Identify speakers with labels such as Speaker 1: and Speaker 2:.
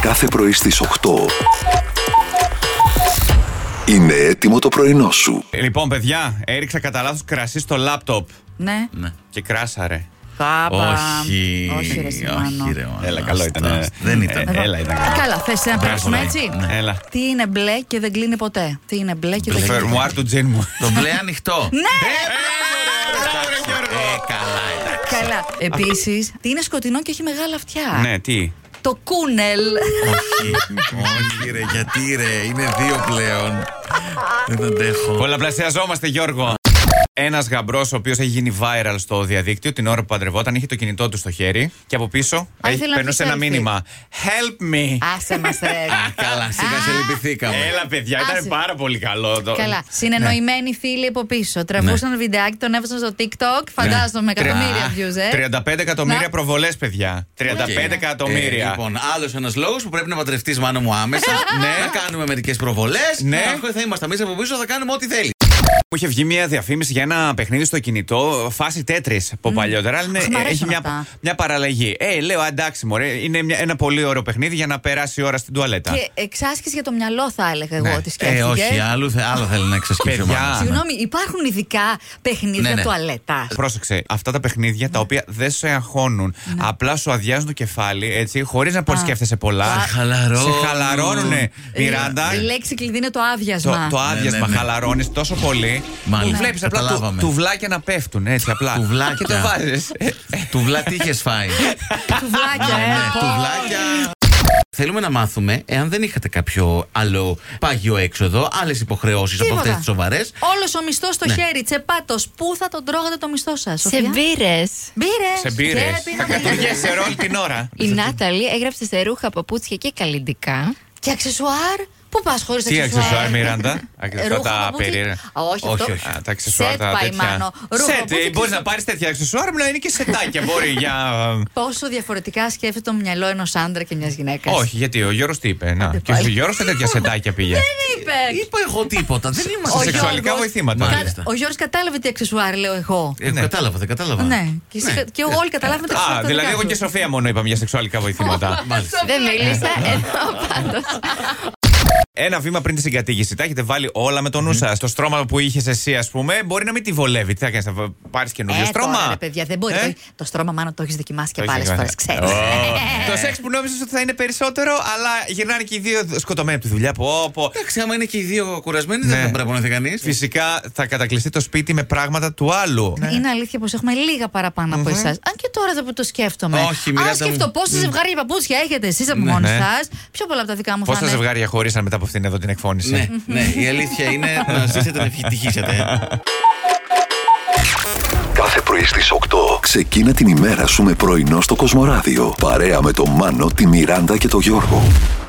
Speaker 1: κάθε πρωί στις 8. Είναι έτοιμο το πρωινό σου.
Speaker 2: Λοιπόν, παιδιά, έριξα κατά λάθος κρασί στο λάπτοπ
Speaker 3: Ναι.
Speaker 2: και κράσαρε.
Speaker 3: Κάπα.
Speaker 4: Όχι.
Speaker 3: Όχι, ρε, Σιμάνο.
Speaker 4: όχι, ρε, μάνα.
Speaker 2: Έλα, καλό ήταν.
Speaker 4: Άστα.
Speaker 2: ε.
Speaker 4: Δεν ήταν.
Speaker 2: Ε, Έλα, ήταν. καλό.
Speaker 3: Καλά, θες να περάσουμε
Speaker 2: Μπράβο,
Speaker 3: έτσι.
Speaker 2: ναι. Έλα.
Speaker 3: Τι είναι μπλε και δεν κλείνει ποτέ. Τι είναι μπλε και
Speaker 2: Το
Speaker 3: δεν κλείνει ποτέ.
Speaker 2: φερμουάρ του τζιν μου.
Speaker 4: Το μπλε ανοιχτό.
Speaker 3: Ναι!
Speaker 4: Ε, καλά, εντάξει.
Speaker 3: Καλά. Επίσης, τι είναι σκοτεινό και έχει μεγάλα αυτιά.
Speaker 2: Ναι, τι.
Speaker 3: Το κούνελ.
Speaker 4: όχι, όχι ρε, γιατί ρε, είναι δύο πλέον. Δεν αντέχω.
Speaker 2: Πολλαπλασιαζόμαστε, Γιώργο. Ένας γαμπρός, ο οποίος έχει γίνει viral στο διαδίκτυο την ώρα που παντρευόταν, είχε το κινητό του στο χέρι και από πίσω
Speaker 3: Α,
Speaker 2: έχει-
Speaker 3: ήθελα να
Speaker 2: περνούσε
Speaker 3: πει
Speaker 2: ένα
Speaker 3: selfie.
Speaker 2: μήνυμα. Help me!
Speaker 3: Άσε μας ρε.
Speaker 4: Καλά, σιγά σε
Speaker 3: Α,
Speaker 4: λυπηθήκαμε.
Speaker 2: Έλα, παιδιά,
Speaker 3: Άσε.
Speaker 2: ήταν πάρα πολύ καλό. το-
Speaker 4: Ναι.
Speaker 3: Καλά. Συνεννοημένοι φίλοι από πίσω. Τραβούσαν βιντεάκι, τον έβασαν στο
Speaker 4: Ναι.
Speaker 3: TikTok. Φαντάζομαι εκατομμύρια views, ε.
Speaker 2: 35 εκατομμύρια
Speaker 3: Να.
Speaker 2: προβολές, παιδιά. 35
Speaker 4: Ε,
Speaker 2: εκατομμύρια.
Speaker 4: λοιπόν, άλλος ένας λόγος που πρέπει να παντρευτείς μάνα μου άμεσα. ναι. Να κάνουμε μερικές προβολές.
Speaker 2: Ναι.
Speaker 4: Θα είμαστε εμείς από πίσω, θα κάνουμε ό,τι θέλει.
Speaker 2: Μου είχε βγει μια διαφήμιση για ένα παιχνίδι στο κινητό, φάση τέτρι από παλιότερα. αλλά είναι-
Speaker 3: Αχ, μ' αρέσουν
Speaker 2: έχει μια,
Speaker 3: αυτά.
Speaker 2: μια παραλλαγή. Ε, λέω, εντάξει, μωρέ, είναι μια- ένα πολύ ωραίο παιχνίδι για να περάσει η ώρα στην τουαλέτα.
Speaker 3: Και εξάσκηση για το μυαλό, θα έλεγα εγώ. Τη
Speaker 4: Ε, όχι,
Speaker 3: σκέφτηκε.
Speaker 4: άλλο, θε- άλλο θέλει να εξασκήσει ο
Speaker 2: Παιδιά.
Speaker 4: μάνας.
Speaker 3: Συγγνώμη, υπάρχουν ειδικά
Speaker 4: Ναι,
Speaker 3: παιχνίδια
Speaker 4: ναι.
Speaker 3: τουαλέτα.
Speaker 2: Πρόσεξε, αυτά τα παιχνίδια
Speaker 3: Ναι.
Speaker 2: τα οποία δεν σε αγχώνουν, απλά σου αδειάζουν το κεφάλι, έτσι, χωρίς να πολύ σκέφτεσαι πολλά.
Speaker 4: Σε χαλαρώνουν.
Speaker 2: Σε χαλαρώνουνε, Ε, Μιράντα.
Speaker 3: Η λέξη κλειδί είναι το
Speaker 2: Το,
Speaker 3: άδειασμα.
Speaker 2: το άδειασμα
Speaker 4: ναι, ναι.
Speaker 2: χαλαρώνεις τόσο πολύ.
Speaker 4: Μάλιστα.
Speaker 2: Που βλέπεις απλά του,
Speaker 4: Καταλάβαμε.
Speaker 2: τουβλάκια να πέφτουν έτσι απλά.
Speaker 4: Τουβλάκια.
Speaker 2: Και το βάζεις.
Speaker 3: Ε,
Speaker 4: Τουβλά, τι είχε φάει.
Speaker 3: Τουβλάκια,
Speaker 4: Ναι,
Speaker 3: ε.
Speaker 4: ναι, τουβλάκια. Θέλουμε να μάθουμε εάν δεν είχατε κάποιο άλλο πάγιο έξοδο, άλλες υποχρεώσεις από
Speaker 3: Τίποτα.
Speaker 4: αυτές τις σοβαρές.
Speaker 3: Όλος ο μισθός στο
Speaker 2: Ναι.
Speaker 3: χέρι, τσεπάτος. Πού θα τον τρώγατε το μισθό σας,
Speaker 5: Σε μπύρες.
Speaker 3: μπύρες.
Speaker 2: σε μπύρες.
Speaker 3: Και
Speaker 2: Θα
Speaker 3: πίναμε
Speaker 2: κατουργέσαι ρόλ την ώρα.
Speaker 5: Η Νάταλη έγραψε σε ρούχα, παπούτσια και καλλιντικά.
Speaker 3: Και αξεσουάρ. Πού πας χωρίς
Speaker 2: Τι
Speaker 3: αξεσουάρ.
Speaker 2: αξεσουάρ, Μιράντα.
Speaker 3: Ρούχα,
Speaker 2: Αυτά τα
Speaker 3: παπούτσια.
Speaker 2: περίεργα.
Speaker 3: Α, Όχι,
Speaker 4: Όχι,
Speaker 3: αυτό.
Speaker 4: όχι.
Speaker 2: Α, Τα αξεσουάρ
Speaker 3: Σετ
Speaker 2: τα
Speaker 3: πάει,
Speaker 2: τέτοια.
Speaker 3: Μάνο. Ρούχα, παπούτσια,
Speaker 2: Σετ, μπορεί να
Speaker 3: αξεσουάρ.
Speaker 2: πάρεις τέτοια αξεσουάρ, αλλά είναι και σετάκια. Μπορεί για.
Speaker 3: Πόσο διαφορετικά σκέφτεται το μυαλό ενός άντρα και μιας γυναίκας.
Speaker 2: Όχι, γιατί ο Γιώργος τι είπε. Να, και ο
Speaker 3: πάλι.
Speaker 2: Γιώργος σε τέτοια σετάκια πήγε.
Speaker 3: Είπε.
Speaker 4: Είπα εγώ τίποτα. Δεν
Speaker 3: Ο
Speaker 4: είμαστε
Speaker 2: Σε
Speaker 4: σεξουαλικοί.
Speaker 2: σεξουαλικά
Speaker 3: Γιώργος-
Speaker 2: βοηθήματα.
Speaker 3: Κα-
Speaker 4: Μάλιστα.
Speaker 3: Ο Γιώργος κατάλαβε τι αξεσουάρ, λέω εγώ.
Speaker 4: Ε, Κατάλαβα, δεν κατάλαβα.
Speaker 3: Ναι. Και, εσύ,
Speaker 4: Ναι.
Speaker 3: κα- και όλοι καταλάβαμε τα
Speaker 2: Ε. Α,
Speaker 3: αξεσουάρ. τα
Speaker 2: δηλαδή
Speaker 3: δικά
Speaker 2: εγώ και η
Speaker 3: του.
Speaker 2: Σοφία μόνο είπαμε για σεξουαλικά βοηθήματα.
Speaker 4: Μάλιστα.
Speaker 5: Δεν μίλησα, ενώ πάντως.
Speaker 2: Ένα βήμα πριν τη συγκατήγηση. Τα έχετε βάλει όλα με το νου σας. Το στρώμα που είχες εσύ, ας πούμε, μπορεί να μην τη βολεύει. Τι θα κάνεις, θα πάρεις καινούριο
Speaker 3: Ε,
Speaker 2: στρώμα.
Speaker 3: τώρα, ρε, παιδιά, δεν μπορεί.
Speaker 2: Ε?
Speaker 3: Το- Το στρώμα, μάλλον το έχεις δοκιμάσει και
Speaker 2: Το
Speaker 3: πάλι
Speaker 2: έχεις
Speaker 3: φορέ,
Speaker 2: δοκιμάσει. Ε,
Speaker 3: ξέρει.
Speaker 2: Ω. Το σεξ που νόμιζες ότι θα είναι περισσότερο, αλλά γυρνάνε και οι δύο σκοτωμένοι από τη δουλειά. Πω, πω.
Speaker 4: Εντάξει, άμα είναι και οι δύο κουρασμένοι,
Speaker 2: Ναι.
Speaker 4: δεν θα παραπονεθεί κανείς.
Speaker 2: Φυσικά θα κατακλειστεί το σπίτι με πράγματα του άλλου.
Speaker 3: Είναι αλήθεια πως έχουμε λίγα παραπάνω από εσάς. Αν και τώρα δεν το σκέφτομαι.
Speaker 4: Όχι, Μιράντα
Speaker 3: Αν
Speaker 4: μου.
Speaker 3: σκεφτώ πόσα ζευγάρια παπούτσια έχετε εσείς από
Speaker 2: Ναι,
Speaker 3: μόνοι
Speaker 2: ναι.
Speaker 3: σας, πιο πολλά από τα δικά μου
Speaker 2: Πόσα
Speaker 3: θα είναι.
Speaker 2: ζευγάρια χωρίσαν μετά από αυτήν εδώ την εκφώνηση.
Speaker 4: Ναι, ναι, η αλήθεια είναι να ζήσετε να ευτυχήσετε.
Speaker 1: Κάθε πρωί στις 8. Ξεκίνα την ημέρα σου με πρωινό στο Κοσμοράδιο. Παρέα με τον Μάνο, τη Μιράντα και τον Γιώργο.